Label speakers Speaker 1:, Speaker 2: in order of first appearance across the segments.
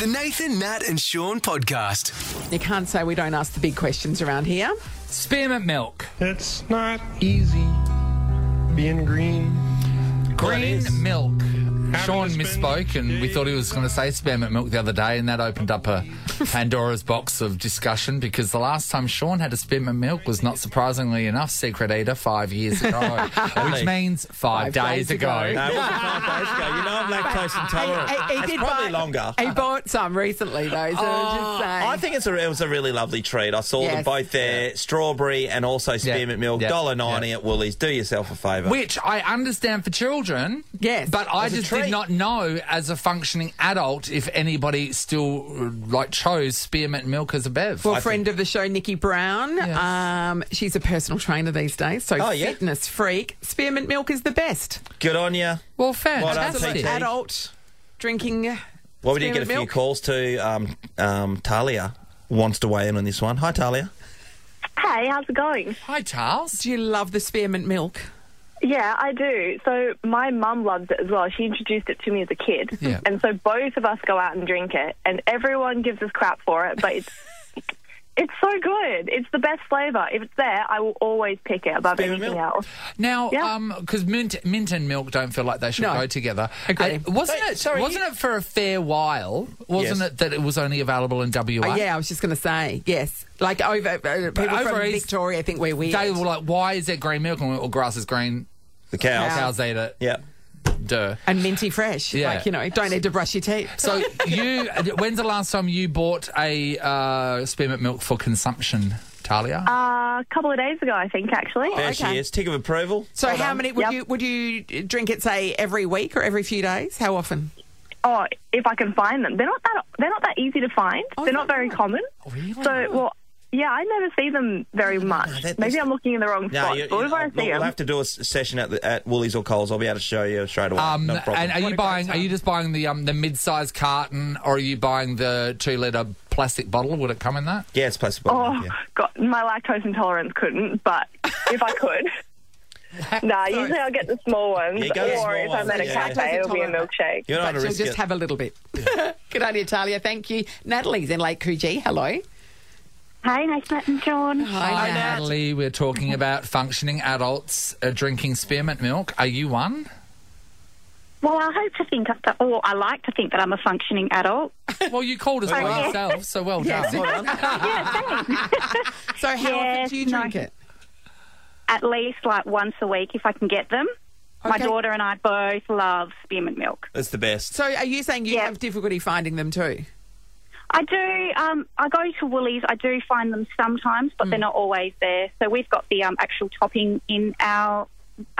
Speaker 1: The Nathan, Nat, and Sean podcast.
Speaker 2: You can't say we don't ask the big questions around here.
Speaker 3: Spearmint milk.
Speaker 4: It's not easy being green.
Speaker 3: Green milk. Sean
Speaker 4: to spend
Speaker 3: misspoke and we thought he was going to say spearmint milk the other day, and that opened up a Pandora's box of discussion because the last time Sean had a spearmint milk was not surprisingly enough Secret Eater five years ago, which means five, days, ago.
Speaker 5: No, it wasn't five days ago. You know I'm lactose intolerant.
Speaker 2: He- uh, he- he did
Speaker 5: it's probably
Speaker 2: buy-
Speaker 5: longer. Oh.
Speaker 2: He bought some recently, though, so just saying.
Speaker 5: I think it's a, it was a really lovely treat. I saw them
Speaker 2: Yes.
Speaker 5: both there, strawberry and also spearmint milk,
Speaker 3: Yeah.
Speaker 5: dollar ninety
Speaker 3: Yeah.
Speaker 5: at Woolies. Do yourself a favour.
Speaker 3: Which I understand for children.
Speaker 2: Yes.
Speaker 3: But I
Speaker 5: As a
Speaker 3: just
Speaker 5: treat.
Speaker 3: did not know as a functioning adult if anybody still uh, like chose spearmint milk as a bev.
Speaker 2: Well, friend of the show, Nikki Brown. Um, she's a personal trainer these days, so
Speaker 5: Oh, yeah?
Speaker 2: fitness freak. Spearmint milk is the best.
Speaker 5: Good on you.
Speaker 3: well
Speaker 5: Well done,
Speaker 2: As an
Speaker 5: TT.
Speaker 3: fantastic.
Speaker 2: adult drinking.
Speaker 5: Well, we did get a
Speaker 2: Spearmint
Speaker 5: few
Speaker 2: milk.
Speaker 5: calls to um, um, Talia wants to weigh in on this one. Hi, Talia.
Speaker 6: Hey, how's it going?
Speaker 3: Hi, Charles.
Speaker 2: Do you love the spearmint milk?
Speaker 6: Yeah, I do. So my mum loves it as well. She introduced it to me as a kid.
Speaker 3: Yeah.
Speaker 6: And so both of us go out and drink it and everyone gives us crap for it, but it's it's so good. It's the best flavour. If it's there, I will always pick it above
Speaker 5: Spearmint
Speaker 6: anything
Speaker 5: milk.
Speaker 6: else.
Speaker 3: Now,
Speaker 6: Yeah.
Speaker 3: because mint, mint and milk don't feel like they should
Speaker 2: No.
Speaker 3: go together.
Speaker 2: Agree.
Speaker 3: Uh, wasn't
Speaker 5: Wait,
Speaker 3: it?
Speaker 5: sorry,
Speaker 3: wasn't
Speaker 5: you-
Speaker 3: it for a fair while? Wasn't
Speaker 5: Yes.
Speaker 3: it that it was only available in WA?
Speaker 2: Oh, yeah, I was just going to say yes. Like over uh, people
Speaker 3: over
Speaker 2: from
Speaker 3: East-
Speaker 2: Victoria think we're weird.
Speaker 3: They were like, "Why is there green milk and we- well, grass is green?
Speaker 5: The cows.
Speaker 2: Cow.
Speaker 3: Cows eat it."
Speaker 5: Yeah.
Speaker 3: Duh.
Speaker 2: and minty fresh.
Speaker 3: Yeah.
Speaker 2: Like you know, don't need to brush your teeth.
Speaker 3: So you, when's the last time you bought a uh, spearmint milk for consumption, Talia?
Speaker 6: Uh, a couple of days ago, I think, actually.
Speaker 5: There
Speaker 2: Oh, okay.
Speaker 5: she is. Tick of approval.
Speaker 2: So
Speaker 5: Well
Speaker 2: how
Speaker 5: done.
Speaker 2: many would
Speaker 6: Yep.
Speaker 2: you would you drink it say every week or every few days? How often?
Speaker 6: Oh, if I can find them. They're not that they're not that easy to find.
Speaker 2: Oh,
Speaker 6: they're not
Speaker 2: they're
Speaker 6: very
Speaker 2: not.
Speaker 6: common.
Speaker 3: Really?
Speaker 6: So well yeah, I never see them very much.
Speaker 5: that-
Speaker 6: Maybe I'm looking in the wrong
Speaker 5: No,
Speaker 6: spot.
Speaker 5: you,
Speaker 6: but if I
Speaker 5: will
Speaker 6: see them,
Speaker 5: have to do a s- session at, the, at Woolies or Coles. I'll be able to show you straight away.
Speaker 3: Um,
Speaker 5: no problem.
Speaker 3: and are you buying? Are you just buying the um, the mid size carton, or are you buying the two liter plastic bottle? Would it come in that?
Speaker 5: yeah, it's placebo.
Speaker 6: Oh
Speaker 5: yeah.
Speaker 6: God, my lactose intolerance couldn't, but if I could. nah, usually I'll get the small ones,
Speaker 5: Yeah, go the
Speaker 6: or
Speaker 5: small
Speaker 6: if
Speaker 5: ones,
Speaker 6: I'm at a
Speaker 5: yeah.
Speaker 6: cafe, it'll be a
Speaker 2: Lactose
Speaker 6: milkshake.
Speaker 5: You're not
Speaker 2: But
Speaker 5: going
Speaker 2: you'll
Speaker 5: to risk
Speaker 2: just
Speaker 5: it.
Speaker 2: have a little bit. Good on you, Talia. Thank you. Natalie's in Lake Coogee. Hello.
Speaker 7: Hi, nice meeting, John.
Speaker 3: Hi, Natalie. We're talking about functioning adults uh, drinking spearmint milk. Are you one?
Speaker 7: Well, I hope to think, of that, or I like to think that I'm a functioning adult.
Speaker 3: Well, you called us one
Speaker 7: yeah.
Speaker 3: yourself, so well
Speaker 2: Yes.
Speaker 3: done.
Speaker 2: So how often
Speaker 7: Yes,
Speaker 2: do you
Speaker 7: no.
Speaker 2: drink it?
Speaker 7: At least like once a week if I can get them. My
Speaker 2: Okay.
Speaker 7: daughter and I both love spearmint milk.
Speaker 5: It's the best.
Speaker 2: So are you saying you
Speaker 7: Yeah.
Speaker 2: have difficulty finding them too?
Speaker 7: I do. Um, I go to Woolies. I do find them sometimes, but
Speaker 3: Mm.
Speaker 7: they're not always there. So we've got the um, actual topping in our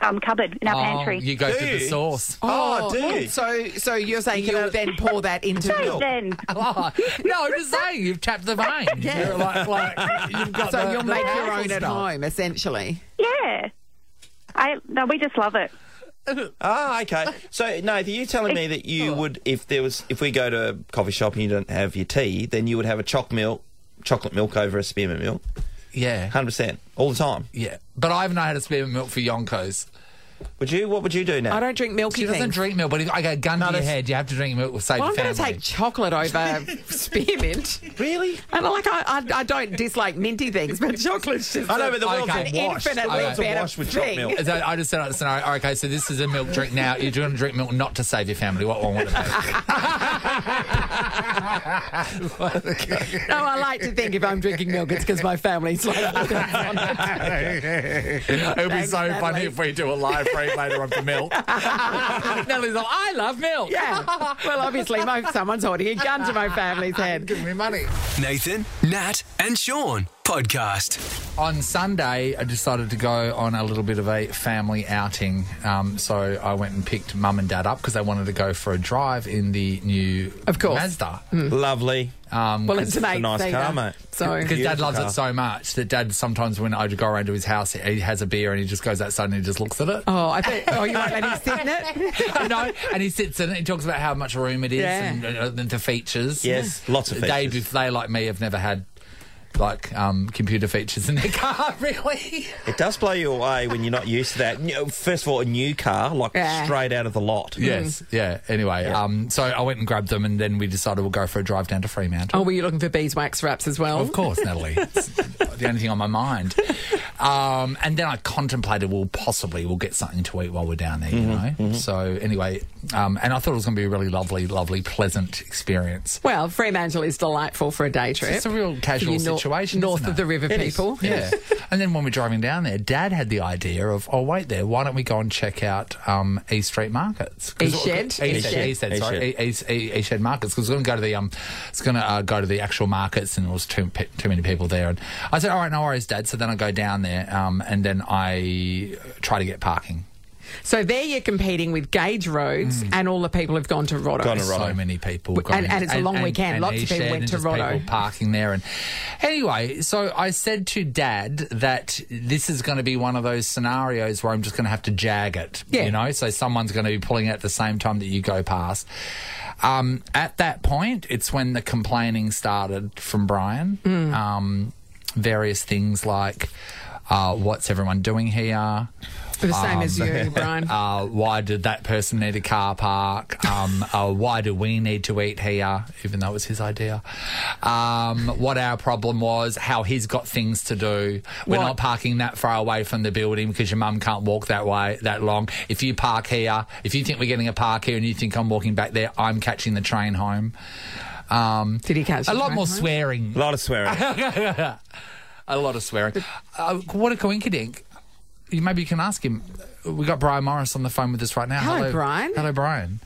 Speaker 7: um, cupboard in our
Speaker 3: Oh,
Speaker 7: pantry.
Speaker 3: you go
Speaker 5: Do
Speaker 3: through the
Speaker 5: you?
Speaker 3: sauce.
Speaker 5: Oh, dude.
Speaker 2: So so you're saying you'll then pour that into milk.
Speaker 7: then
Speaker 3: Oh, no, I'm just saying you've tapped the vein.
Speaker 2: Yeah.
Speaker 3: You're like, like, you've got
Speaker 2: So
Speaker 3: the-
Speaker 2: you'll
Speaker 3: the
Speaker 2: make your
Speaker 3: powerful
Speaker 2: own at
Speaker 3: stuff.
Speaker 2: home, essentially.
Speaker 7: yeah, I no, we just love it.
Speaker 5: Ah, okay. So, no, are you telling me that you would, if there was, if we go to a coffee shop and you don't have your tea, then you would have a choc milk, chocolate milk over a spearmint milk,
Speaker 3: Yeah,
Speaker 5: hundred percent, all the time.
Speaker 3: yeah. But I haven't had a spearmint milk for Yonkos.
Speaker 5: Would you? What would you do now?
Speaker 2: I don't drink milky
Speaker 3: She doesn't
Speaker 2: things.
Speaker 3: drink milk, but if I go gun to your
Speaker 5: that's-
Speaker 3: head, you have to drink milk with safe
Speaker 2: well, I'm going
Speaker 3: family.
Speaker 2: to take chocolate over spearmint.
Speaker 5: really?
Speaker 2: And like I, I, I don't dislike minty things, but chocolate's just
Speaker 5: I know, but the world's
Speaker 3: Okay.
Speaker 5: a wash. The
Speaker 2: Infinitely
Speaker 5: world's a
Speaker 2: better
Speaker 5: wash with choc
Speaker 2: thing.
Speaker 5: milk.
Speaker 3: So I just set up the scenario. Okay, so this is a milk drink now. You're going to drink milk not to save your family. What one would it
Speaker 2: no, I like to think if I'm drinking milk, it's because my family's like.
Speaker 3: be? It'll be
Speaker 2: Thanks,
Speaker 3: so funny
Speaker 2: Natalie.
Speaker 3: if we do a live read later on for milk. Natalie's like, I love milk.
Speaker 2: Yeah. Well, obviously, my, someone's holding a gun to my family's head.
Speaker 3: Give me money.
Speaker 1: Nathan, Nat, and Sean podcast.
Speaker 3: On Sunday, I decided to go on a little bit of a family outing. Um, so I went and picked mum and dad up because they wanted to go for a drive in the new
Speaker 2: Of course. Hmm.
Speaker 3: Mazda. Um,
Speaker 5: Lovely.
Speaker 2: Well, it's an
Speaker 5: It's a
Speaker 2: eight
Speaker 5: nice
Speaker 2: seater,
Speaker 5: car, mate.
Speaker 2: So
Speaker 3: Because Dad
Speaker 5: Beautiful
Speaker 3: loves
Speaker 5: car.
Speaker 3: it so much that Dad sometimes when I go around to his house, he has a beer and he just goes outside and he just looks at it.
Speaker 2: Oh, I bet. Oh, you won't let him sit in it?
Speaker 3: you know, and he sits in it and talks about how much room it is uh,
Speaker 2: Yeah.
Speaker 3: and, uh, the features.
Speaker 5: Yes, lots of
Speaker 3: They,
Speaker 5: features.
Speaker 3: they like me have never had like um, computer features in their car, really.
Speaker 5: It does blow you away when you're not used to that. You know, First of all, a new car, like
Speaker 2: Yeah.
Speaker 5: straight out of the lot. Mm.
Speaker 3: Yes, yeah. Anyway, um, so I went and grabbed them, and then we decided we'll go for a drive down to Fremantle.
Speaker 2: Oh, were you looking for beeswax wraps as well?
Speaker 3: Of course, Natalie. It's the only thing on my mind. Um, and then I contemplated, well, possibly we'll get something to eat while we're down there, you know? So, anyway, um, and I thought it was going to be a really lovely, lovely, pleasant experience.
Speaker 2: Well, Fremantle is delightful for a day trip.
Speaker 3: It's a real casual
Speaker 2: You nor-
Speaker 3: situation.
Speaker 2: North
Speaker 3: isn't
Speaker 2: of the
Speaker 3: it?
Speaker 2: river, people.
Speaker 3: Yeah. and then when we're driving down there, Dad had the idea of, oh, wait there, why don't we go and check out um, East Street Markets? 'Cause-
Speaker 2: East Shed?
Speaker 3: East
Speaker 2: East
Speaker 3: Shed,
Speaker 2: Shed.
Speaker 3: East Shed, sorry. E, East, East, East Shed Markets. Because we're going to go to the, um, it's going to uh, go to the actual markets and there was too, pe- too many people there. And I said, all right, no worries, Dad. So then I go down there um, and then I try to get parking.
Speaker 2: So there you're competing with Gauge Roads
Speaker 3: Mm.
Speaker 2: and all the people who've gone to Rotto.
Speaker 5: Gone to Rotto.
Speaker 3: so many people.
Speaker 2: W-
Speaker 3: going-
Speaker 2: and- and it's a long weekend. Lots of
Speaker 3: each
Speaker 2: people
Speaker 3: end
Speaker 2: went
Speaker 3: and
Speaker 2: to
Speaker 3: just
Speaker 2: Rotto.
Speaker 3: People parking there, and anyway, so I said to Dad that this is going to be one of those scenarios where I'm just going to have to jag it.
Speaker 2: Yeah.
Speaker 3: You know, so someone's going to be pulling at the same time that you go past. Um, at that point, it's when the complaining started from Brian.
Speaker 2: Hmm.
Speaker 3: Um, various things like. Uh, what's everyone doing here?
Speaker 2: The same as
Speaker 3: Um,
Speaker 2: you, Brian.
Speaker 3: Uh, why did that person need a car park? Um, uh, why do we need to eat here? Even though it was his idea. Um, what our problem was, how he's got things to do. We're
Speaker 2: What-
Speaker 3: not parking that far away from the building because your mum can't walk that way that long. If you park here, if you think we're getting a park here and you think I'm walking back there, I'm catching the train home. Um,
Speaker 2: Did he catch
Speaker 3: a
Speaker 2: the
Speaker 3: lot
Speaker 2: train
Speaker 3: more
Speaker 2: home?
Speaker 3: swearing
Speaker 5: A lot of swearing.
Speaker 3: a lot of swearing. Uh, what a coincidence. You, maybe you can ask him. We got Brian Morris on the phone with us right now.
Speaker 2: Hello, Brian.
Speaker 3: Hello, Brian.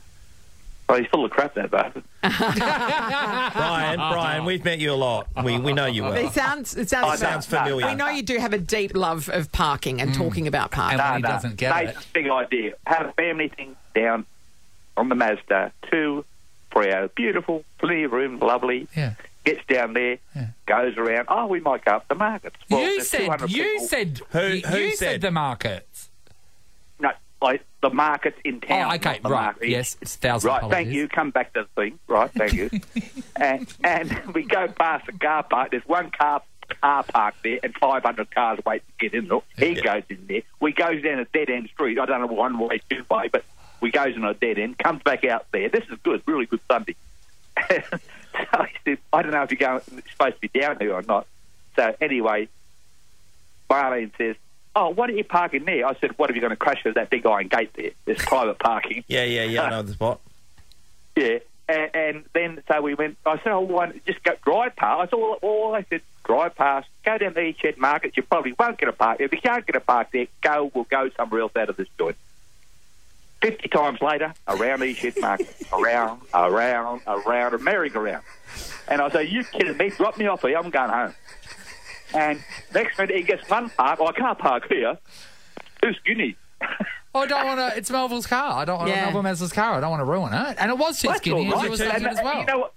Speaker 8: Oh, he's full of crap, that bastard.
Speaker 5: Brian,
Speaker 3: Oh,
Speaker 5: Brian, we've met you a lot. We, we know you
Speaker 2: It
Speaker 5: well.
Speaker 2: sounds it sounds,
Speaker 8: Oh, it sounds familiar.
Speaker 2: We know you do have a deep love of parking and talking about
Speaker 3: Mm.
Speaker 2: parking.
Speaker 3: And when he doesn't get
Speaker 8: That's
Speaker 3: it,
Speaker 8: a big idea. Have a family thing down on the Mazda 2 Prio. Beautiful, plenty of room, lovely.
Speaker 3: Yeah.
Speaker 8: Gets down there,
Speaker 3: Yeah.
Speaker 8: goes around. Oh, we might go up the markets. Well,
Speaker 3: you
Speaker 8: there's
Speaker 3: said
Speaker 8: 200
Speaker 3: you
Speaker 8: people.
Speaker 3: said
Speaker 5: Who-
Speaker 3: you-
Speaker 5: who
Speaker 3: you said,
Speaker 5: said?
Speaker 3: the markets.
Speaker 8: No, like the markets in town.
Speaker 3: Oh, okay,
Speaker 8: not the
Speaker 3: right.
Speaker 8: market.
Speaker 3: Yes, it's thousand.
Speaker 8: Right,
Speaker 3: apologies.
Speaker 8: thank you. Come back to the thing. Right, thank you. and, and we go past the car park. There's one car car park there, and 500 cars wait to get in. Look, he goes in there. We goes down a dead end street. I don't know one way, two way, but we goes in a dead end. Comes back out there. This is good. Really good Sunday. so I said, I don't know if you're going, supposed to be down here or not. So anyway, Marlene says. Oh, what are you parking there? I said, what are you going to crash with that big iron gate there? There's private parking.
Speaker 5: Yeah, yeah, yeah, I know the spot.
Speaker 8: Yeah, and, and then so we went. I said, "Oh, why don't you just go drive past." I said, "Well, all I said, drive past. Go down to East Shed Market. You probably won't get a park. If you can't get a park there, go. We'll go somewhere else out of this joint." Fifty times later, around East Shed Market, around, around, around, a merry-go-round. And I say, "You kidding me? Drop me off here. I'm going home." And next minute, he gets one park. Oh, I can't park here. Who's skinny?
Speaker 3: Oh, I don't want to. It's Melville's car. I don't want
Speaker 2: Yeah.
Speaker 3: Melville Melville's car. I don't want to ruin it. And it was too
Speaker 8: That's
Speaker 3: skinny.
Speaker 8: all right.
Speaker 3: It was
Speaker 8: And,
Speaker 3: skinny as
Speaker 8: uh,
Speaker 3: well.
Speaker 8: You know what?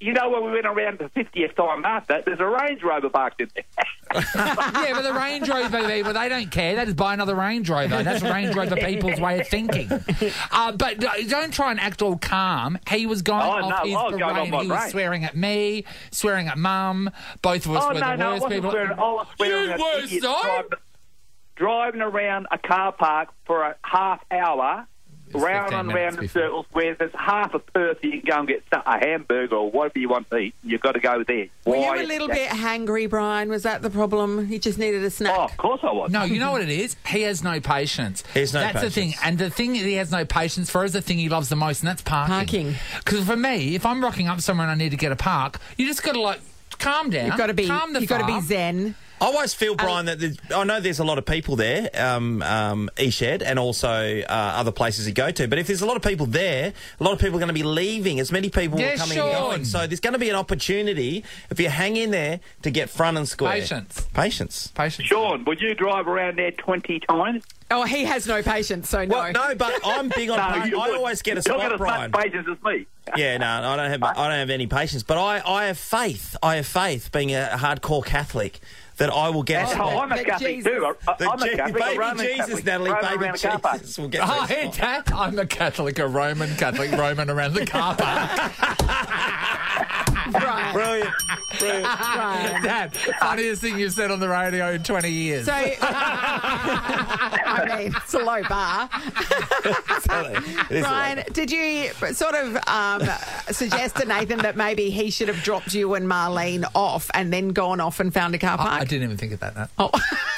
Speaker 8: You know when we went around the fiftieth time after, there's a Range Rover parked in there.
Speaker 3: yeah, but the Range Rover people, they don't care. They just buy another Range Rover. That's Range Rover people's way of thinking. Uh, but uh, don't try and act all calm. He was going
Speaker 8: Oh,
Speaker 3: off
Speaker 8: no,
Speaker 3: his
Speaker 8: I was going
Speaker 3: parade.
Speaker 8: off my
Speaker 3: he was
Speaker 8: brain.
Speaker 3: swearing at me, swearing at mum. Both of us
Speaker 8: oh
Speaker 3: were
Speaker 8: no,
Speaker 3: the
Speaker 8: no, I
Speaker 3: worst
Speaker 8: wasn't
Speaker 3: people.
Speaker 8: swearing. I was swearing at
Speaker 3: you were,
Speaker 8: idiots
Speaker 3: so?
Speaker 8: driving, driving around a car park for a half hour, round
Speaker 3: 15
Speaker 8: and
Speaker 3: minutes
Speaker 8: round in
Speaker 3: before.
Speaker 8: circles. Where there's half a Perth, you can go and get so- a hamburger or whatever you want to eat. You've got to go there.
Speaker 2: were
Speaker 8: Why
Speaker 2: you a
Speaker 8: is
Speaker 2: little
Speaker 8: that?
Speaker 2: bit hangry, Brian? Was that the problem? You just needed a snack.
Speaker 8: Oh, of course I was.
Speaker 3: No, you know what it is? He has no patience.
Speaker 5: He has no
Speaker 3: That's the thing.
Speaker 5: patience.
Speaker 3: And the thing that he has no patience for is the thing he loves the most, and that's parking.
Speaker 2: Parking.
Speaker 3: Because for me, if I'm rocking up somewhere and I need to get a park, you just got to, like, calm down.
Speaker 2: You've got to be
Speaker 3: Calm the
Speaker 2: you've got to be
Speaker 3: farm.
Speaker 2: zen.
Speaker 5: I always feel, Brian, that there's- I know there's a lot of people there, um, um, Eshed, and also uh, other places you go to. But if there's a lot of people there, a lot of people are going to be leaving. As many people
Speaker 3: Yeah,
Speaker 5: are coming and
Speaker 3: Sean.
Speaker 5: going. So there's going to be an opportunity if you hang in there to get front and square.
Speaker 3: Patience.
Speaker 5: Patience.
Speaker 3: Patience.
Speaker 8: Sean, would you drive around there twenty times?
Speaker 2: Oh, he has no patience, so no.
Speaker 5: Well, no, but I'm big on.
Speaker 8: No,
Speaker 5: pa-
Speaker 8: you
Speaker 5: I
Speaker 8: would.
Speaker 5: always get a
Speaker 8: You're
Speaker 5: spot,
Speaker 8: going to
Speaker 5: Brian.
Speaker 8: touch bases as me.
Speaker 5: Yeah, no, I don't have. I don't have any patience. But I, I have faith. I have faith, being a hardcore Catholic, that I will get. a
Speaker 8: Oh,
Speaker 5: spot.
Speaker 8: I'm a
Speaker 2: But
Speaker 8: Catholic
Speaker 2: Jesus-
Speaker 8: too. I- I-
Speaker 5: The
Speaker 8: I'm a
Speaker 5: Je-
Speaker 8: Catholic. a Roman
Speaker 5: baby Jesus,
Speaker 8: Catholic.
Speaker 5: Natalie,
Speaker 8: Roman
Speaker 5: baby
Speaker 8: around the car park.
Speaker 5: Jesus will get. me a
Speaker 3: Oh, hey,
Speaker 5: spot.
Speaker 3: Dad, I'm a Catholic, a Roman Catholic, Roman around the car park.
Speaker 2: Brian.
Speaker 5: Brilliant. Brilliant.
Speaker 3: Dad, funniest thing you've said on the radio in 20 years.
Speaker 2: So, I mean, it's a low bar.
Speaker 5: It is a
Speaker 2: Brian,
Speaker 5: lot.
Speaker 2: did you sort of um, suggest to Nathan that maybe he should have dropped you and Marlene off and then gone off and found a car park?
Speaker 3: I didn't even think of that. Nat.
Speaker 2: Oh,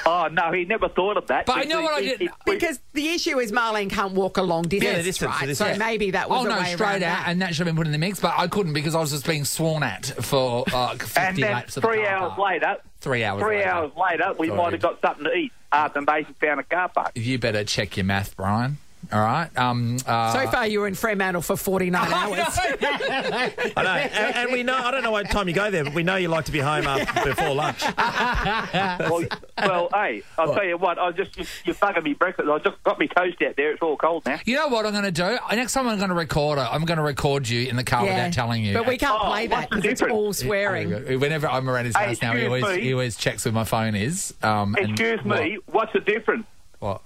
Speaker 8: Oh no, he never thought of that.
Speaker 3: But I know what I did-
Speaker 2: because the issue is Marlene can't walk a long distance,
Speaker 5: the distance,
Speaker 2: right?
Speaker 5: the
Speaker 2: so
Speaker 5: distance.
Speaker 2: maybe that was
Speaker 3: oh
Speaker 2: a
Speaker 3: no,
Speaker 2: way around
Speaker 3: straight out,
Speaker 2: that.
Speaker 3: and that should have been put in the mix, but I couldn't because I was just being sworn at for like 50
Speaker 8: and then
Speaker 3: laps of the
Speaker 8: three
Speaker 3: car
Speaker 8: hours
Speaker 3: park.
Speaker 8: later,
Speaker 3: Three hours
Speaker 8: three
Speaker 3: later.
Speaker 8: hours later, we
Speaker 3: Sorry.
Speaker 8: might have got something to eat after Mason found a car park.
Speaker 3: You better check your math, Brian. All right. Um, uh,
Speaker 2: so far, you were in Fremantle for 49 hours.
Speaker 5: I know. And, and we know, I don't know what time you go there, but we know you like to be home after, before lunch.
Speaker 8: Well, well, hey, I'll tell you what. I just you, you bugging me breakfast. I just got me toast out there. It's all cold now.
Speaker 3: You know what I'm going to do? Next time I'm going to record it. I'm going to record you in the car without telling you.
Speaker 2: But we can't
Speaker 8: Oh,
Speaker 2: play that
Speaker 8: what's the
Speaker 2: because it's
Speaker 8: difference?
Speaker 2: all
Speaker 3: There
Speaker 2: swearing.
Speaker 3: you go. Whenever I'm around his
Speaker 8: Hey,
Speaker 3: house now, he
Speaker 8: excuse
Speaker 3: always,
Speaker 8: me.
Speaker 3: he always checks where my phone is. Um, and
Speaker 8: Excuse me. What's the difference?
Speaker 3: What? what?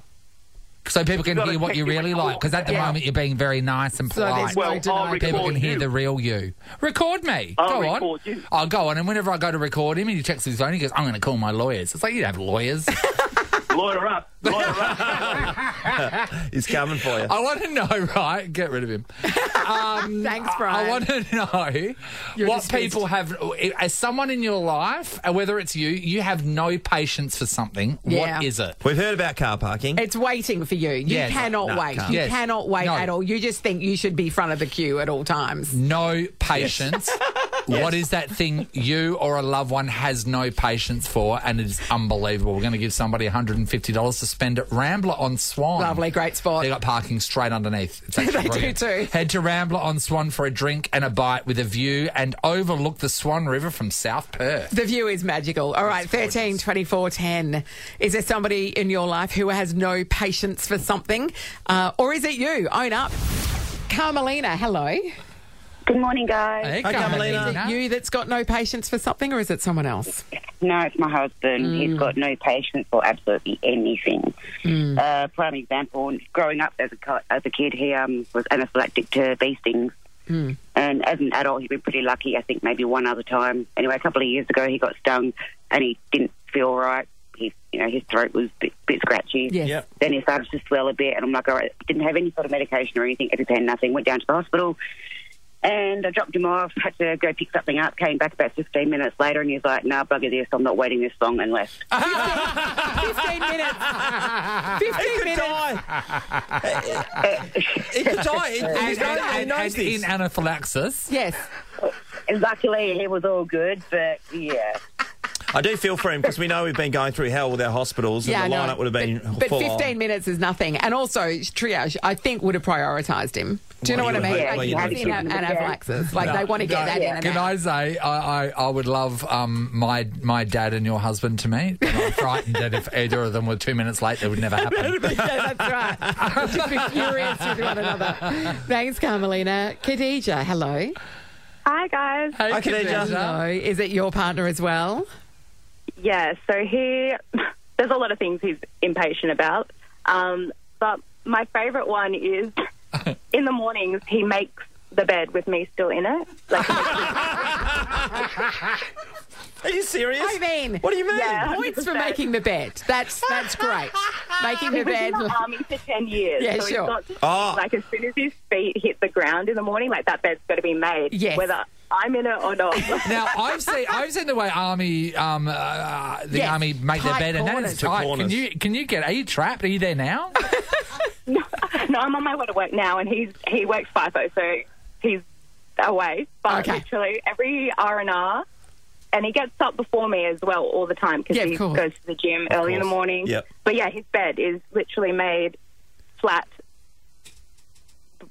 Speaker 3: So people can
Speaker 8: You gotta
Speaker 3: hear what you
Speaker 8: check your
Speaker 3: really like. Because at the
Speaker 2: Yeah.
Speaker 3: moment, you're being very nice and
Speaker 2: So
Speaker 3: polite.
Speaker 2: there's no
Speaker 8: Well, I'll
Speaker 2: denying
Speaker 8: record
Speaker 3: People can hear
Speaker 8: you.
Speaker 3: the real you. Record me.
Speaker 8: I'll
Speaker 3: go
Speaker 8: record
Speaker 3: on.
Speaker 8: you.
Speaker 3: I'll go on. And whenever I go to record him and he checks his phone, he goes, I'm going to call my lawyers. It's like, you don't have lawyers.
Speaker 8: Lawyer up. Lawyer up.
Speaker 5: He's coming for you.
Speaker 3: I want to know, right? Get rid of him.
Speaker 2: Thanks, Brian.
Speaker 3: I want to know
Speaker 2: You're
Speaker 3: what
Speaker 2: dismissed.
Speaker 3: people have, as someone in your life, and whether it's you, you have no patience for something.
Speaker 2: Yeah.
Speaker 3: What is it?
Speaker 5: We've heard about car parking.
Speaker 2: It's waiting for you. You
Speaker 3: Yes.
Speaker 2: cannot
Speaker 3: No,
Speaker 2: wait.
Speaker 3: can't.
Speaker 2: You
Speaker 3: Yes.
Speaker 2: cannot wait
Speaker 3: No.
Speaker 2: at all. You just think you should be front of the queue at all times.
Speaker 3: No patience. What is that thing you or a loved one has no patience for? And it is unbelievable. We're going to give somebody $150 to spend at Rambler on Swan.
Speaker 2: Lovely, great spot.
Speaker 3: They got parking straight underneath. It's actually
Speaker 2: They do
Speaker 3: brilliant.
Speaker 2: too.
Speaker 3: Head to Rambler on Swan for a drink and a bite with a view and overlook the Swan River from South Perth.
Speaker 2: The view is magical. All right, 13, 24, 10. Is there somebody in your life who has no patience for something? Uh, or is it you? Own up. Carmelina, hello.
Speaker 7: Good morning, guys.
Speaker 3: Hey,
Speaker 5: Hi, Carmelina.
Speaker 3: Carmelina.
Speaker 2: You that's got no patience for something, or is it someone else?
Speaker 9: No, it's my husband. He's got no patience for absolutely anything. Uh, prime example: growing up as a co- as a kid, he um, was anaphylactic to bee stings,
Speaker 3: Hmm.
Speaker 9: and as an adult, he's been pretty lucky. I think maybe one other time. Anyway, a couple of years ago, he got stung, and he didn't feel right. He, you know, his throat was a bit, bit scratchy.
Speaker 2: Yes.
Speaker 5: Yep.
Speaker 9: Then he started to swell a bit, and I'm like, all right, didn't have any sort of medication or anything, EpiPen, nothing. Went down to the hospital, and I dropped him off, had to go pick something up, came back about 15 minutes later, and he was like, nah, bugger this, I'm not waiting this long, and left.
Speaker 2: 15 minutes. 15 minutes.
Speaker 5: die. It could die. It,
Speaker 3: And,
Speaker 5: it,
Speaker 3: and-
Speaker 5: it
Speaker 3: and-
Speaker 5: knows
Speaker 3: and in
Speaker 5: this.
Speaker 3: anaphylaxis.
Speaker 2: Yes.
Speaker 9: And luckily, he was all good, but yeah.
Speaker 5: I do feel for him because we know we've been going through hell with our hospitals, and
Speaker 2: Yeah,
Speaker 5: the
Speaker 2: I know.
Speaker 5: lineup would have been
Speaker 2: But, but
Speaker 5: full
Speaker 2: 15
Speaker 5: on.
Speaker 2: minutes is nothing. And also, triage, I think, would have prioritised him. Do you
Speaker 5: Well,
Speaker 2: know
Speaker 5: you
Speaker 2: what I
Speaker 5: would
Speaker 2: mean?
Speaker 5: hope- well,
Speaker 2: like, he's
Speaker 5: you would
Speaker 2: in
Speaker 9: hope so.
Speaker 2: anaphylaxis. Like, they want to get
Speaker 3: No,
Speaker 2: that in and
Speaker 3: Can
Speaker 2: out.
Speaker 3: I say, I, I, I would love um, my my dad and your husband to meet. But I'm frightened that if either of them were two minutes late, that would never happen.
Speaker 2: yeah, that's right. We'll just be furious with one another. Thanks, Carmelina. Khadija, hello.
Speaker 6: Hi, guys.
Speaker 5: Hi, Khadija.
Speaker 2: Hello. Is it your partner as well?
Speaker 6: Yeah, so he, there's a lot of things he's impatient about. Um, but my favourite one is in the mornings, he makes the bed with me still in it. Like, he makes-
Speaker 5: Are you serious?
Speaker 2: I mean,
Speaker 5: what do you mean?
Speaker 6: Yeah.
Speaker 2: points for making the bed. That's that's great. Making the
Speaker 6: he was
Speaker 2: bed.
Speaker 6: in the army for 10 years.
Speaker 2: Yeah,
Speaker 6: so
Speaker 2: sure.
Speaker 6: He's
Speaker 5: Oh.
Speaker 6: got, like, as soon as his feet hit the ground in the morning, like, that bed's got to be made.
Speaker 2: Yes.
Speaker 6: Whether I'm in it or not.
Speaker 3: Now I've seen I've seen the way army um, uh, the
Speaker 2: Yes,
Speaker 3: army make their
Speaker 2: tight
Speaker 3: bed, and that
Speaker 2: corners.
Speaker 3: is
Speaker 5: The
Speaker 3: tight. Can
Speaker 5: corners.
Speaker 3: you can you get? Are you trapped? Are you there now?
Speaker 6: no, I'm on my way to work now, and he's he works FIFO, so he's away. But
Speaker 2: Okay.
Speaker 6: literally every R and R, and he gets up before me as well all the time because
Speaker 2: Yeah, of
Speaker 6: he
Speaker 2: course.
Speaker 6: goes to the gym early in the
Speaker 5: course.
Speaker 6: morning.
Speaker 5: Yep.
Speaker 6: But yeah, his bed is literally made flat b-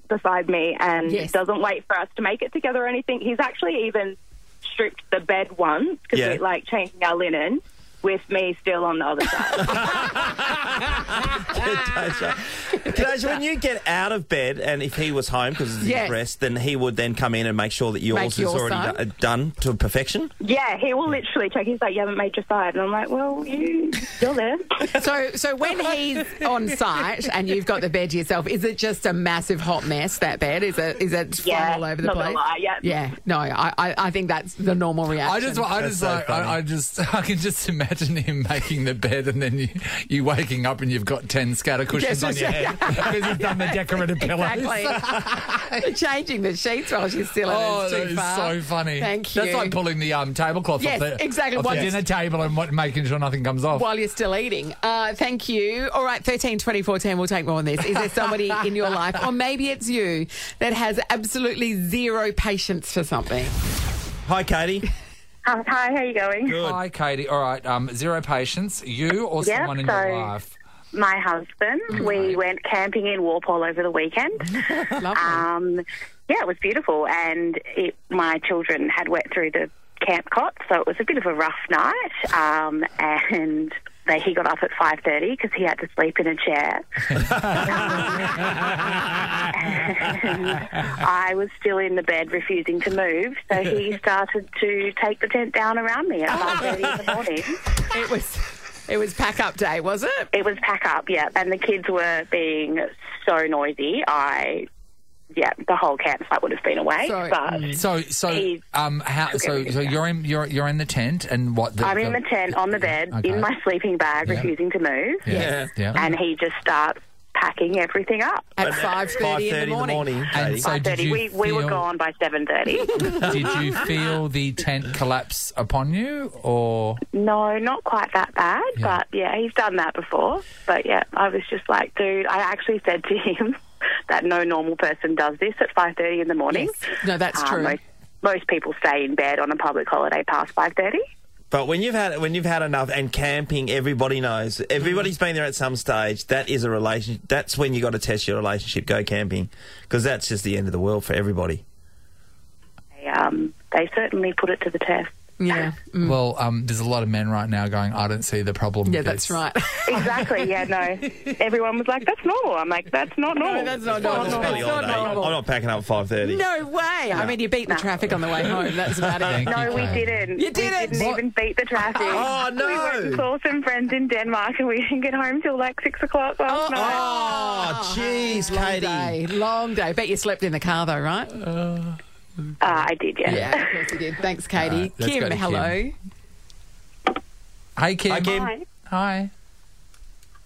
Speaker 6: beside me, and
Speaker 2: Yes.
Speaker 6: doesn't wait for us to make it together or anything. He's actually even stripped the bed once because
Speaker 5: Yeah.
Speaker 6: we like changing our linen. with me still on the other side.
Speaker 5: Doja. Doja, when you get out of bed, and if he was home because it's
Speaker 2: Yes.
Speaker 5: his rest, then he would then come in and make sure that yours
Speaker 2: Make
Speaker 5: is
Speaker 2: yours
Speaker 5: already
Speaker 2: done.
Speaker 5: do- done to perfection.
Speaker 6: yeah, he will literally check. He's like, "You haven't made your side," and I'm like, "Well, you still there?"
Speaker 2: So, so when he's on site and you've got the bed to yourself, is it just a massive hot mess? That bed is it? Is it flying
Speaker 6: Yeah,
Speaker 2: all over the
Speaker 6: not
Speaker 2: place?
Speaker 6: gonna lie, yeah.
Speaker 2: yeah. No, I, I, I think that's the normal reaction.
Speaker 3: I just, I
Speaker 5: That's
Speaker 3: just
Speaker 5: so
Speaker 3: like,
Speaker 5: funny.
Speaker 3: I, I just, I can just imagine him making the bed and then you, you waking up and you've got ten scatter cushions
Speaker 2: Yes,
Speaker 3: on your
Speaker 2: yeah.
Speaker 3: head because he's done the decorative pillows.
Speaker 2: exactly. Changing the sheets while she's still in
Speaker 3: Oh,
Speaker 2: it's
Speaker 3: that
Speaker 2: too
Speaker 3: is
Speaker 2: far.
Speaker 3: so funny.
Speaker 2: Thank you.
Speaker 3: That's like pulling the um, tablecloth
Speaker 2: Yes,
Speaker 3: off the,
Speaker 2: exactly.
Speaker 3: off the
Speaker 2: Once-
Speaker 3: dinner table and what, making sure nothing comes off.
Speaker 2: while you're still eating. Uh, thank you. All right, 13, 24, 10, we'll take more on this. Is there somebody in your life, or maybe it's you, that has absolutely zero patience for something?
Speaker 5: Hi, Katie.
Speaker 7: Um, hi, how are you going?
Speaker 5: Good.
Speaker 3: Hi, Katie. All right, um, zero patience. You or
Speaker 7: Yeah,
Speaker 3: someone in
Speaker 7: so-
Speaker 3: your life?
Speaker 7: My husband. We went camping in Walpole over the weekend.
Speaker 2: Lovely.
Speaker 7: Um, yeah, it was beautiful, and it, my children had wet through the camp cot, so it was a bit of a rough night. Um, and they, he got up at five thirty because he had to sleep in a chair. I was still in the bed, refusing to move. So he started to take the tent down around me at five thirty in the morning.
Speaker 2: it was it was pack up day, was it?
Speaker 7: It was pack up, yeah, and the kids were being so noisy. I, yeah, the whole campsite would have been awake,
Speaker 2: So- Mm.
Speaker 7: but.
Speaker 3: So, so,
Speaker 7: He's-
Speaker 3: um, how? So, so you're in, you're, you're in the tent, and what? The,
Speaker 7: I'm in the tent on the bed
Speaker 3: Okay.
Speaker 7: in my sleeping bag,
Speaker 3: Yeah.
Speaker 7: refusing to move,
Speaker 3: Yeah, yeah.
Speaker 7: and he just starts packing everything up.
Speaker 2: At five
Speaker 5: Five
Speaker 2: thirty in the morning.
Speaker 5: Katie.
Speaker 3: And so- did
Speaker 7: 5:30.
Speaker 3: you
Speaker 7: we we were
Speaker 3: feel-
Speaker 7: gone by seven thirty.
Speaker 3: Did you feel the tent collapse upon you, or
Speaker 7: no, not quite that bad, but yeah, he's done that before. But yeah, I was just like, dude, I actually said to him that no normal person does this at five thirty in the morning.
Speaker 2: Yes. No, that's
Speaker 7: Um,
Speaker 2: true.
Speaker 7: Most, most people stay in bed on a public holiday past five thirty.
Speaker 5: But when you've had when you've had enough and camping, everybody knows. Everybody's been there at some stage. That is a relation. That's when you got to test your relationship. Go camping because that's just the end of the world for everybody.
Speaker 7: They, um, they certainly put it to the test.
Speaker 2: Yeah, mm.
Speaker 3: well, um, there's a lot of men right now going, I don't see the problem.
Speaker 2: yeah,
Speaker 3: with
Speaker 2: that's
Speaker 3: this."
Speaker 2: right.
Speaker 7: Exactly. Yeah. No. Everyone was like, "That's normal." I'm like, "That's not normal."
Speaker 2: that's not
Speaker 5: Well, it's
Speaker 2: normal.
Speaker 5: bloody
Speaker 2: It's not
Speaker 5: holiday.
Speaker 2: normal.
Speaker 5: I'm not packing up at five thirty.
Speaker 2: No way. I mean, you beat the traffic on the way home. That's about it.
Speaker 3: Thank
Speaker 7: No,
Speaker 3: you,
Speaker 7: we
Speaker 3: Kate.
Speaker 7: didn't.
Speaker 2: You
Speaker 7: We
Speaker 2: didn't?
Speaker 7: didn't
Speaker 2: What?
Speaker 7: even beat the traffic.
Speaker 5: Oh, no.
Speaker 7: We went and saw some friends in Denmark, and we didn't get home till like six o'clock last night.
Speaker 5: Oh, jeez, Katie.
Speaker 2: Ah. Day, long day. Bet you slept in the car though, right?
Speaker 7: Uh, I did, yeah.
Speaker 2: Yeah, of course you did. Thanks, Katie.
Speaker 3: right, let's
Speaker 2: Kim,
Speaker 3: go to
Speaker 2: hello.
Speaker 3: Hey, Kim.
Speaker 5: Hi, Kim.
Speaker 3: Hi.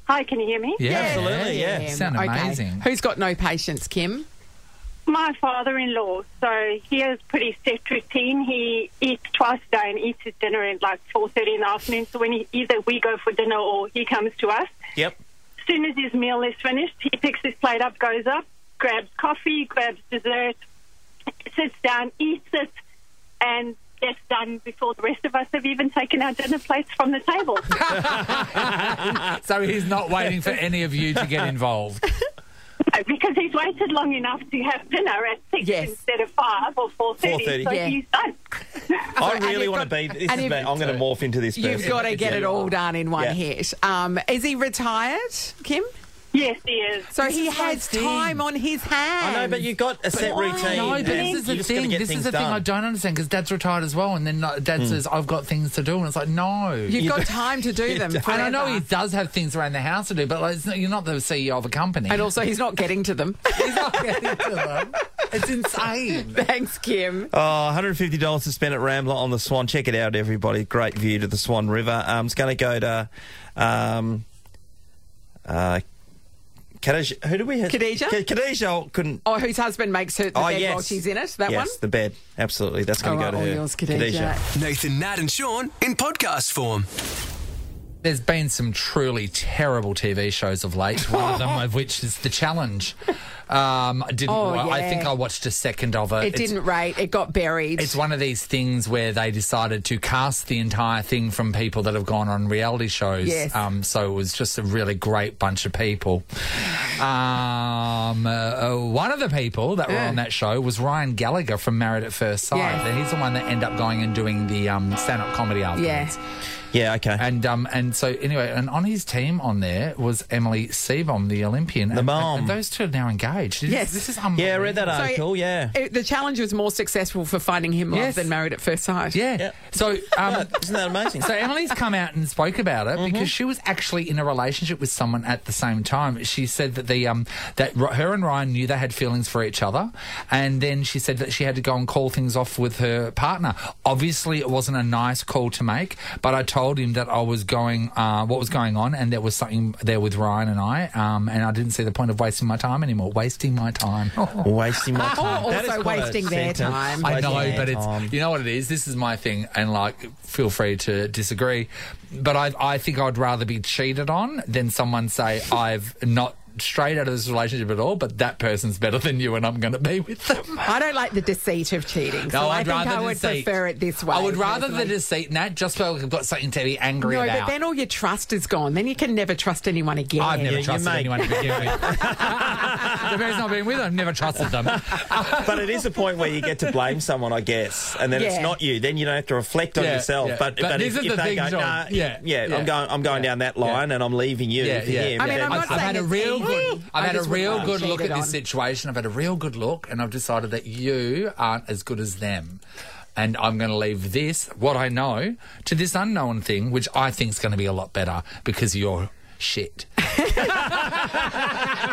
Speaker 10: Hi, can you hear me?
Speaker 3: Yeah,
Speaker 5: Absolutely, yeah.
Speaker 2: Kim.
Speaker 3: Sound
Speaker 2: Okay.
Speaker 3: amazing.
Speaker 2: Who's got no patience, Kim?
Speaker 10: My father in law. So he has pretty set routine. He eats twice a day and eats his dinner at like four thirty in the afternoon. So when he either we go for dinner or he comes to us.
Speaker 5: Yep.
Speaker 10: As soon as his meal is finished, he picks his plate up, goes up, grabs coffee, grabs dessert, sits down, eats it, and gets done before the rest of us have even taken our dinner plates from the table.
Speaker 3: So he's not waiting for any of you to get involved.
Speaker 10: because he's waited long enough to have dinner at six
Speaker 2: Yes.
Speaker 10: instead of five or four thirty.
Speaker 5: 4:30.
Speaker 10: So
Speaker 2: Yeah.
Speaker 10: he's done.
Speaker 5: I
Speaker 2: and
Speaker 5: really
Speaker 2: you've
Speaker 5: want
Speaker 2: got-
Speaker 5: to be. This
Speaker 2: and
Speaker 5: is
Speaker 2: you've-
Speaker 5: me. I'm going to morph into this. Person.
Speaker 2: You've got to get it all done in one
Speaker 5: Yeah.
Speaker 2: hit. Um, is he retired, Kim?
Speaker 10: Yes, he is.
Speaker 2: So he
Speaker 3: is my
Speaker 2: has
Speaker 3: thing.
Speaker 2: time on his hands.
Speaker 5: I know, but you've got a set
Speaker 2: why?
Speaker 5: routine.
Speaker 3: No, but
Speaker 5: and
Speaker 3: this is
Speaker 5: you're
Speaker 3: the
Speaker 5: just gonna
Speaker 3: thing.
Speaker 5: get
Speaker 3: This is
Speaker 5: things
Speaker 3: the thing
Speaker 5: done. Hmm.
Speaker 3: I don't understand because Dad's retired as well, and then like, Dad says, "Oh, "I've got things to do," and it's like, no.
Speaker 2: You've got time to do them.
Speaker 3: and I know
Speaker 2: forever.
Speaker 3: he does have things around the house to do, but like, it's not, you're not the CEO of a company.
Speaker 2: And also, he's not getting to them.
Speaker 3: He's not getting to them. It's insane.
Speaker 2: Thanks, Kim.
Speaker 5: Oh, $150 to spend at Rambler on the Swan. Check it out, everybody. Great view to the Swan River. Um, it's going to go to. Um, uh, Khadija, who do we have?
Speaker 2: Khadija?
Speaker 5: Khadija couldn't.
Speaker 2: Or whose oh, husband makes her the
Speaker 5: oh,
Speaker 2: bed
Speaker 5: yes.
Speaker 2: while she's in it. That
Speaker 5: yes,
Speaker 2: one.
Speaker 5: the bed. Absolutely. That's
Speaker 2: All
Speaker 5: going
Speaker 2: right,
Speaker 5: to go
Speaker 2: all
Speaker 5: to her.
Speaker 2: yours, Khadija.
Speaker 1: Nathan, Nat, and Sean in podcast form.
Speaker 3: There's been some truly terrible TV shows of late. One of them of which is The Challenge. Um, I didn't.
Speaker 2: Oh,
Speaker 3: wa- I
Speaker 2: yeah.
Speaker 3: think I watched a second of it.
Speaker 2: It
Speaker 3: It's-
Speaker 2: didn't rate. It got buried.
Speaker 3: It's one of these things where they decided to cast the entire thing from people that have gone on reality shows.
Speaker 2: Yes.
Speaker 3: Um, so it was just a really great bunch of people. Um, uh, uh, one of the people that were on that show was Ryan Gallagher from Married at First Sight.
Speaker 2: Yes.
Speaker 3: He's the one that ended up going and doing the um, stand-up comedy afterwards.
Speaker 5: Yeah, okay.
Speaker 3: And um and so anyway, and on his team on there was Emily Seabom, the Olympian, the and,
Speaker 5: mom.
Speaker 3: And those two are now engaged. This-
Speaker 2: Yes.
Speaker 3: this is unbelievable.
Speaker 5: yeah, I read that
Speaker 2: So-
Speaker 5: article. yeah.
Speaker 2: It- the challenge was more successful for finding him love
Speaker 3: Yes.
Speaker 2: than married at first sight.
Speaker 3: Yeah.
Speaker 5: Yep.
Speaker 3: So um,
Speaker 5: Isn't that amazing?
Speaker 3: So Emily's come out and spoke about it because she was actually in a relationship with someone at the same time. She said that the um that R- her and Ryan knew they had feelings for each other, and then she said that she had to go and call things off with her partner. Obviously, it wasn't a nice call to make, but I told him that I was going uh, what was going on, and there was something there with Ryan and I, um, and I didn't see the point of wasting my time anymore. Wasting my time.
Speaker 5: wasting my time.
Speaker 2: Or
Speaker 5: That is
Speaker 2: Oh, also
Speaker 5: quite a
Speaker 2: wasting their
Speaker 5: sentence.
Speaker 2: time.
Speaker 3: I know,
Speaker 5: Wasting
Speaker 3: but
Speaker 5: their
Speaker 3: it's
Speaker 5: time.
Speaker 3: you know what it is. This is my thing, and like, feel free to disagree. But I, I think I'd rather be cheated on than someone say I've not straight out of this relationship at all. But that person's better than you, and I'm going to be with them.
Speaker 2: I don't like the deceit of cheating. So
Speaker 3: No,
Speaker 2: I
Speaker 3: I'd
Speaker 2: think
Speaker 3: rather
Speaker 2: I
Speaker 3: the
Speaker 2: would
Speaker 3: deceit.
Speaker 2: prefer it this way.
Speaker 3: I would rather
Speaker 2: personally.
Speaker 3: the deceit in that just because I've got something to be angry
Speaker 2: No,
Speaker 3: about.
Speaker 2: but then all your trust is gone. Then you can never trust anyone again.
Speaker 3: I've never
Speaker 5: Yeah, you
Speaker 3: trusted
Speaker 5: make-
Speaker 3: anyone to begin with. Oh, the person's I've been with, I've never trusted them.
Speaker 5: but it is a point where you get to blame someone, I guess, and then
Speaker 2: Yeah.
Speaker 5: it's not you. Then you don't have to reflect on
Speaker 3: Yeah,
Speaker 5: yourself.
Speaker 3: yeah.
Speaker 5: But
Speaker 3: But
Speaker 5: if,
Speaker 3: these are
Speaker 5: if
Speaker 3: the
Speaker 5: they
Speaker 3: things,
Speaker 5: go,
Speaker 3: John.
Speaker 5: nah,
Speaker 3: Yeah,
Speaker 5: yeah, yeah,
Speaker 3: yeah.
Speaker 5: I'm going, I'm going down that line, and I'm leaving you.
Speaker 3: Yeah,
Speaker 5: for
Speaker 3: yeah.
Speaker 5: him.
Speaker 3: I mean,
Speaker 5: Yeah.
Speaker 2: I'm not
Speaker 3: I've, I've had
Speaker 2: saying
Speaker 3: a
Speaker 2: it's
Speaker 3: real
Speaker 2: easy.
Speaker 3: good. I've
Speaker 2: I
Speaker 3: had a
Speaker 2: just wouldn't
Speaker 3: real
Speaker 2: want
Speaker 3: good
Speaker 2: to
Speaker 3: look
Speaker 2: cheat
Speaker 3: at
Speaker 2: it
Speaker 3: this
Speaker 2: on.
Speaker 3: situation. I've had a real good look, and I've decided that you aren't as good as them. And I'm going to leave this, what I know, to this unknown thing, which I think is going to be a lot better because you're shit.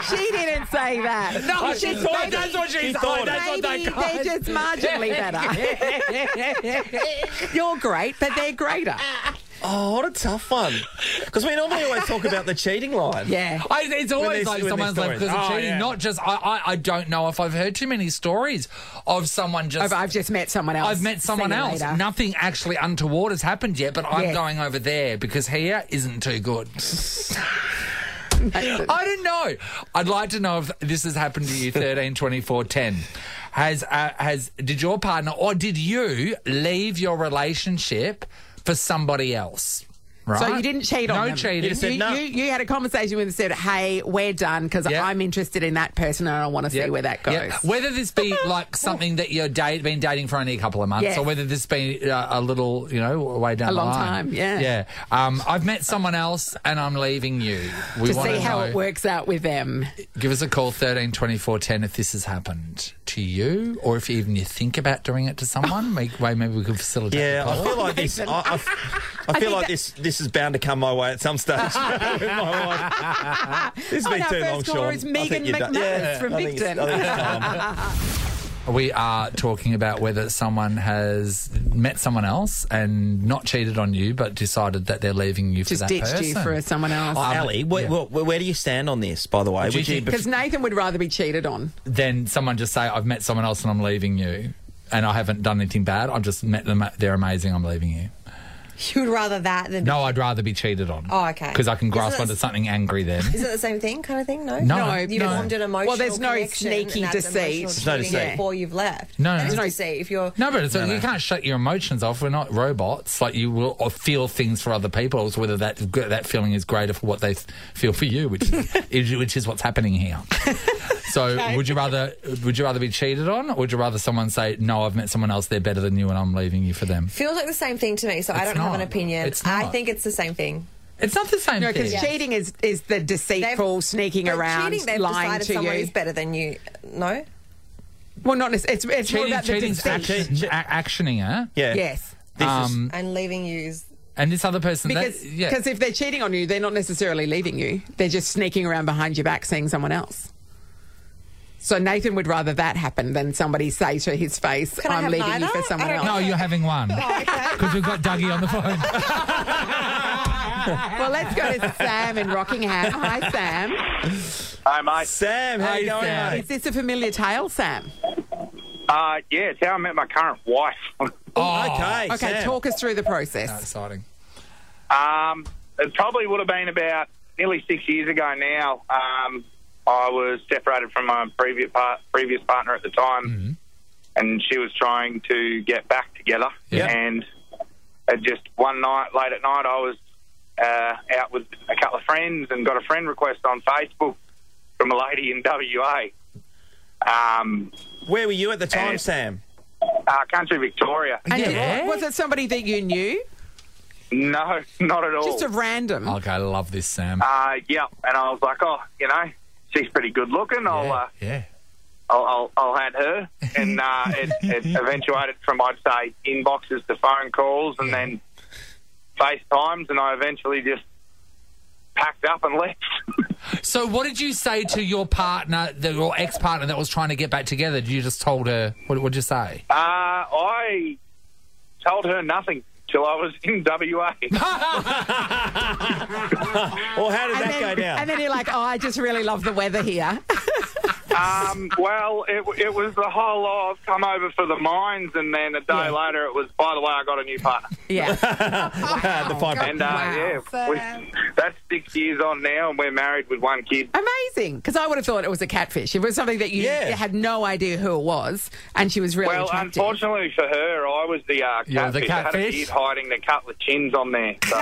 Speaker 2: She didn't say that.
Speaker 3: No,
Speaker 2: She's
Speaker 3: she
Speaker 2: just-
Speaker 3: thought
Speaker 2: maybe-
Speaker 3: that's what she
Speaker 2: maybe
Speaker 3: thought. That's what that guy-
Speaker 2: They're just marginally better. You're great, but they're greater.
Speaker 5: oh, what a tough one. Because we normally always talk about the cheating line.
Speaker 2: Yeah.
Speaker 3: I, it's always
Speaker 5: these-
Speaker 3: like
Speaker 5: when these
Speaker 3: someone's like
Speaker 5: stories-
Speaker 3: because of
Speaker 5: Oh,
Speaker 3: cheating.
Speaker 5: yeah.
Speaker 3: Not just I, I. I don't know if I've heard too many stories of someone
Speaker 2: I've,
Speaker 3: just.
Speaker 2: I've just met someone else.
Speaker 3: I've met
Speaker 2: See
Speaker 3: someone
Speaker 2: you
Speaker 3: else.
Speaker 2: later.
Speaker 3: Nothing actually untoward has happened yet, but I'm
Speaker 2: Yes.
Speaker 3: going over there because here isn't too good. I don't know. I'd like to know if this has happened to you. Thirteen, twenty-four, ten. Has uh, has did your partner or did you leave your relationship for somebody else? Right.
Speaker 2: So you didn't cheat on
Speaker 3: no
Speaker 2: them.
Speaker 3: cheating.
Speaker 2: You,
Speaker 5: said no.
Speaker 2: you, you had a conversation with them said, hey, we're done because
Speaker 3: Yeah.
Speaker 2: I'm interested in that person and I want to
Speaker 3: Yeah.
Speaker 2: see where that goes.
Speaker 3: Yeah. Whether this be like something that you're date, been dating for only a couple of months,
Speaker 2: Yes.
Speaker 3: or whether this be uh, a little, you know, way down
Speaker 2: A
Speaker 3: the
Speaker 2: long
Speaker 3: line.
Speaker 2: time, yeah.
Speaker 3: yeah. Um, I've met someone else, and I'm leaving you. We
Speaker 2: to
Speaker 3: wanna
Speaker 2: see how
Speaker 3: know-
Speaker 2: it works out with them.
Speaker 3: Give us a call thirteen twenty four ten if this has happened to you, or if even you think about doing it to someone. Make way maybe we could facilitate. the
Speaker 5: Yeah,
Speaker 3: call.
Speaker 5: I feel like this. I, I, I feel
Speaker 2: think
Speaker 5: like
Speaker 2: that-
Speaker 5: this. This is bound to come my way at some stage. in my life. This has
Speaker 2: Oh,
Speaker 5: been
Speaker 2: and our first
Speaker 5: too long,
Speaker 2: caller
Speaker 5: Sean.
Speaker 2: is
Speaker 5: I
Speaker 2: Megan
Speaker 5: think you're done.
Speaker 2: McManus from
Speaker 5: I think it's-
Speaker 2: Victon.
Speaker 5: I think it's time.
Speaker 3: We are talking about whether someone has met someone else and not cheated on you, but decided that they're leaving you for
Speaker 2: Just
Speaker 3: that
Speaker 2: ditched
Speaker 3: person. Um,
Speaker 2: you for someone else.
Speaker 5: Oh, Ali, wh-
Speaker 3: yeah.
Speaker 5: wh- where do you stand on this, by the way?
Speaker 3: do you
Speaker 5: Would you
Speaker 3: think-
Speaker 5: bef-
Speaker 2: Because Nathan would rather be cheated on.
Speaker 3: then someone just say, I've met someone else and I'm leaving you. And I haven't done anything bad. I've just met them. They're amazing. I'm leaving you.
Speaker 11: You'd rather that than.
Speaker 3: No, I'd rather be cheated on.
Speaker 11: Oh, okay.
Speaker 3: Because I can grasp
Speaker 11: Isn't it-
Speaker 3: onto something angry then.
Speaker 11: Is it the same thing, kind of thing? No.
Speaker 3: No. No,
Speaker 11: You've
Speaker 3: no.
Speaker 11: formed an emotional.
Speaker 2: Well, there's no
Speaker 11: connection
Speaker 2: sneaky
Speaker 11: and that's
Speaker 2: deceit.
Speaker 11: emotional
Speaker 2: There's
Speaker 5: no
Speaker 11: cheating
Speaker 5: deceit.
Speaker 11: Before you've left.
Speaker 3: No,
Speaker 11: That is
Speaker 3: no.
Speaker 11: deceit. If you're.
Speaker 3: No, but it's, you can't shut your emotions off. We're not robots. Like you will feel things for other people. So whether that that feeling is greater for what they feel for you, which is, is- which is what's happening here. So would you rather would you rather be cheated on, or would you rather someone say, "No, I've met someone else. They're better than you, and I'm leaving you for them."
Speaker 11: Feels like the same thing to me, so I
Speaker 3: It's
Speaker 11: don't have an
Speaker 3: not.
Speaker 11: opinion.
Speaker 3: It's
Speaker 11: I
Speaker 3: not.
Speaker 11: think it's the same thing.
Speaker 3: It's not the same
Speaker 2: No,
Speaker 3: thing.
Speaker 2: because cheating is, is the deceitful, sneaking
Speaker 11: But
Speaker 2: around,
Speaker 11: cheating, they've
Speaker 2: lying
Speaker 11: decided
Speaker 2: to
Speaker 11: someone
Speaker 2: you.
Speaker 11: is better than you. No.
Speaker 2: Well, not necess- it's it's more
Speaker 3: cheating,
Speaker 2: about the
Speaker 3: cheating's
Speaker 2: deceit.
Speaker 3: action, a- actioning it.
Speaker 5: yeah.
Speaker 2: Yes,
Speaker 5: This is,
Speaker 3: Um,
Speaker 11: And leaving you is.
Speaker 3: and this other person, that-
Speaker 2: because
Speaker 3: yeah.
Speaker 2: cause if they're cheating on you, they're not necessarily leaving you. They're just sneaking around behind your back, seeing someone else. So Nathan would rather that happen than somebody say to his face,
Speaker 11: I
Speaker 2: "I'm
Speaker 11: have
Speaker 2: leaving you
Speaker 11: neither?
Speaker 2: for
Speaker 11: I
Speaker 2: someone
Speaker 11: don't
Speaker 2: else."
Speaker 11: know.
Speaker 3: no, you're having one
Speaker 2: Oh,
Speaker 3: because we've got Dougie on the phone.
Speaker 2: Well, let's go to Sam in Rockingham. Hi, Sam.
Speaker 8: Hi, mate.
Speaker 5: Sam, how
Speaker 3: Hey,
Speaker 5: you going,
Speaker 3: Sam.
Speaker 5: mate?
Speaker 2: Is this a familiar tale, Sam?
Speaker 8: Uh, yeah, it's how I met my current wife.
Speaker 3: Oh,
Speaker 5: okay,
Speaker 2: Okay,
Speaker 5: Sam.
Speaker 2: talk us through the process.
Speaker 3: exciting.
Speaker 8: Um, it probably would have been about nearly six years ago now. Um,
Speaker 12: I was separated from my previous par- previous partner at the time,
Speaker 5: Mm-hmm.
Speaker 12: and she was trying to get back together. And uh, just one night, late at night, I was uh, out with a couple of friends and got a friend request on Facebook from a lady in WA. Um,
Speaker 5: Where were you at the time, Sam?
Speaker 12: Uh, Country Victoria.
Speaker 2: And it- was it somebody that you knew?
Speaker 12: No, not at all.
Speaker 2: Just a random.
Speaker 3: Okay, I love this, Sam.
Speaker 12: Uh, yeah, and I was like, oh, you know, she's pretty good looking. I'll, uh,
Speaker 3: yeah.
Speaker 12: I'll, I'll, I'll had her, and uh, it, it eventuated from I'd say inboxes to phone calls, and then FaceTimes, and I eventually just packed up and left.
Speaker 3: So, what did you say to your partner, the, your ex partner that was trying to get back together? Did you just told her? What would you say?
Speaker 12: Uh, I told her nothing till I was in WA.
Speaker 5: well, how did
Speaker 2: and then, And then you're like, oh, I just really love the weather here.
Speaker 12: Um, well, it, it was the whole oh, I've come over for the mines, and then a day later it was, by the way, I got a new partner.
Speaker 2: Yeah. Ah,
Speaker 5: the piper.
Speaker 12: And uh, yeah, we, that's six years on now, and we're married with one kid.
Speaker 2: Amazing. Because I would have thought it was a catfish. It was something that you
Speaker 12: Yeah.
Speaker 2: you had no idea who it was, and she was really
Speaker 12: well,
Speaker 2: attractive.
Speaker 12: unfortunately for her, I was the uh, catfish.
Speaker 2: You were the
Speaker 12: I had a
Speaker 2: catfish?
Speaker 12: beard hiding the couple of chins on there. So.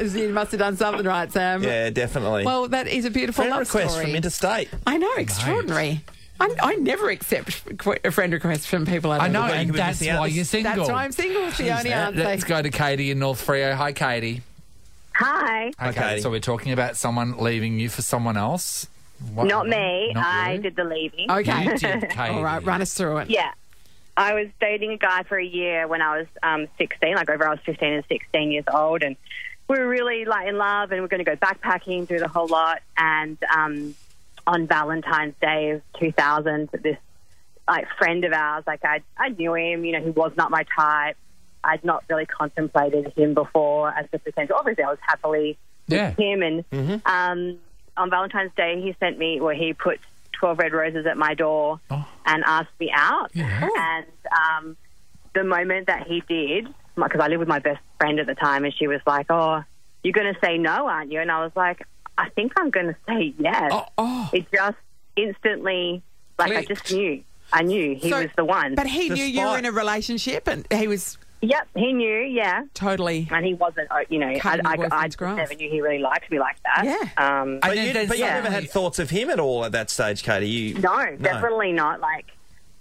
Speaker 2: Oh, you must have done something right, Sam.
Speaker 5: Yeah, definitely.
Speaker 2: Well, that is a beautiful
Speaker 5: Friend
Speaker 2: love
Speaker 5: request
Speaker 2: story.
Speaker 5: from interstate.
Speaker 2: I know, extraordinary. I, I never accept qu- a friend request from people I don't
Speaker 3: I know,
Speaker 2: know.
Speaker 3: and that's why you're single.
Speaker 2: That's why I'm single. It's the only
Speaker 3: Let-
Speaker 2: answer.
Speaker 3: Let's go to Katie in North Freo. Hi, Katie.
Speaker 13: Hi.
Speaker 3: Okay, so we're talking about someone leaving you for someone else. What-
Speaker 13: Not me.
Speaker 3: Not
Speaker 13: I
Speaker 3: you?
Speaker 13: did the leaving.
Speaker 3: Okay. You did, Katie. All right,
Speaker 2: run us through it.
Speaker 13: Yeah. I was dating a guy for a year when I was um, 16, like over I was 15 and 16 years old. And we were really like in love and we are going to go backpacking, do the whole lot. And um, on Valentine's Day of 2000, this like friend of ours, like I, I knew him, you know, he was not my type. I'd not really contemplated him before as a potential. Obviously, I was happily
Speaker 14: Yeah.
Speaker 13: with him and um, on Valentine's Day, he sent me, well, he put 12 red roses at my door and asked me out. And um, the moment that he did, because I lived with my best friend at the time, and she was like, Oh, you're going to say no, aren't you? And I was like, I think I'm going to say yes. It just instantly, like, I just knew. I knew he
Speaker 2: So-
Speaker 13: was the one.
Speaker 2: But he knew you were in a relationship, and he was.
Speaker 13: Yep, he knew. Yeah,
Speaker 2: totally.
Speaker 13: And he wasn't. uh, You know, I,
Speaker 2: Cutting
Speaker 13: I,
Speaker 2: your
Speaker 13: I
Speaker 2: boyfriend's
Speaker 13: just
Speaker 2: grass.
Speaker 13: never knew he really liked me like that. Yeah. Um,
Speaker 5: but you, but you never had thoughts of him at all at that stage, Katie. You,
Speaker 13: No, definitely not. Like,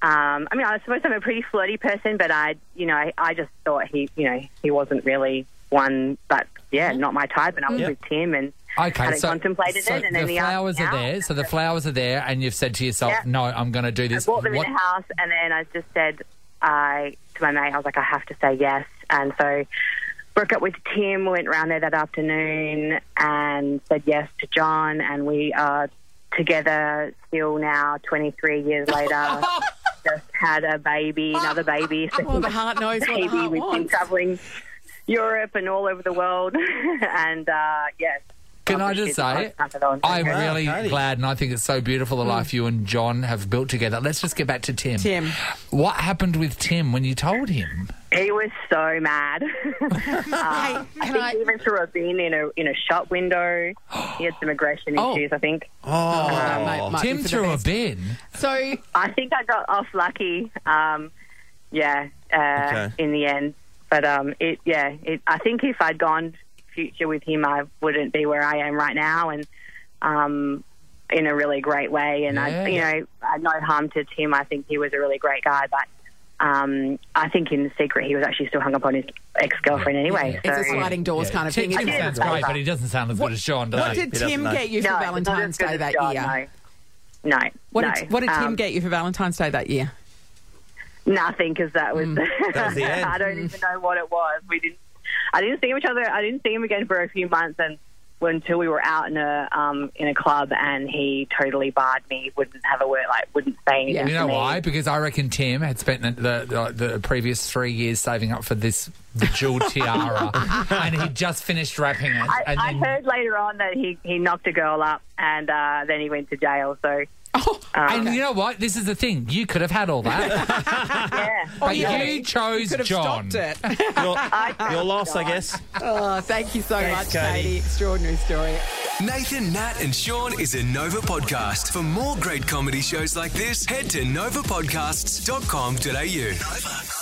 Speaker 13: um, I mean, I suppose I'm a pretty flirty person, but I, you know, I, I just thought he, you know, he wasn't really one, but yeah, not my type. And I was
Speaker 3: Yeah.
Speaker 13: with Tim and
Speaker 3: Okay,
Speaker 13: hadn't
Speaker 3: so,
Speaker 13: contemplated
Speaker 3: so
Speaker 13: it. And then
Speaker 3: the
Speaker 13: he asked
Speaker 3: flowers
Speaker 13: me
Speaker 3: are
Speaker 13: out.
Speaker 3: there. So the flowers are there, and you've said to yourself,
Speaker 13: Yeah.
Speaker 3: "No, I'm going to do this."
Speaker 13: I brought them
Speaker 3: What-
Speaker 13: in the house, and then I just said, I to my mate, I was like, I have to say yes, and so broke up with Tim. Went round there that afternoon and said yes to John, and we are together still now, 23 years later. just had a baby, another baby. So
Speaker 2: Well, the heart knows what the
Speaker 13: baby.
Speaker 2: heart
Speaker 13: We've been
Speaker 2: wants.
Speaker 13: traveling Europe and all over the world, and uh, yes.
Speaker 3: Can I just say, I'm
Speaker 13: Okay.
Speaker 3: really
Speaker 13: Wow, Katie.
Speaker 3: glad, and I think it's so beautiful the
Speaker 2: Hmm.
Speaker 3: life you and John have built together. Let's just get back to Tim. Tim, what happened with Tim when you told him?
Speaker 13: He was so mad. Um, I think he even threw a bin in a in a shop window. He had some aggression issues, I think.
Speaker 5: Oh.
Speaker 13: Um,
Speaker 3: Tim threw a bin.
Speaker 2: So
Speaker 13: I think I got off lucky. Um, yeah, uh,
Speaker 3: Okay.
Speaker 13: in the end. But um, it yeah, it, I think if I'd gone future with him, I wouldn't be where I am right now, and um, in a really great way. And I, you
Speaker 14: Yeah.
Speaker 13: know, I no harm to Tim. I think he was a really great guy, but. Um, I think in secret he was actually still hung up on his ex girlfriend anyway.
Speaker 2: It's a
Speaker 13: so-
Speaker 2: sliding doors kind of thing.
Speaker 3: Tim
Speaker 2: isn't it?
Speaker 3: sounds great, but he doesn't sound as good as John. Does
Speaker 2: What
Speaker 3: he?
Speaker 2: did Tim get you for
Speaker 13: No, it's not as
Speaker 2: Valentine's
Speaker 13: good
Speaker 2: Day
Speaker 13: as
Speaker 2: that
Speaker 13: John,
Speaker 2: year?
Speaker 13: No.
Speaker 2: What
Speaker 13: no.
Speaker 2: did, what did Tim
Speaker 13: Um,
Speaker 2: get you for Valentine's Day that year? Mm.
Speaker 13: Nothing, because that was. I don't even know what it was. We didn't. I didn't see each other. I didn't see him again for a few months, and until we were out in a um, in a club, and he totally barred me. Wouldn't have a word. Like wouldn't say anything.
Speaker 3: You
Speaker 13: to
Speaker 3: know
Speaker 13: me.
Speaker 3: why? Because I reckon Tim had spent the, the, the, the previous three years saving up for this jewel tiara, and he just finished wrapping it.
Speaker 13: I,
Speaker 3: and
Speaker 13: I
Speaker 3: then
Speaker 13: heard later on that he, he knocked a girl up and uh, then he went to jail. So
Speaker 3: and you know what? This is the thing. You could have had all that.
Speaker 2: Or
Speaker 3: But you chose
Speaker 2: Oh, could have
Speaker 3: John.
Speaker 2: stopped it.
Speaker 13: Your loss, I guess.
Speaker 2: oh, thank you so
Speaker 12: Thanks,
Speaker 2: much, Katie.
Speaker 12: Katie.
Speaker 2: Extraordinary story.
Speaker 12: Nathan, Nat, and Sean is a Nova podcast. For more great comedy shows like this, head to novapodcasts.com.au. Nova.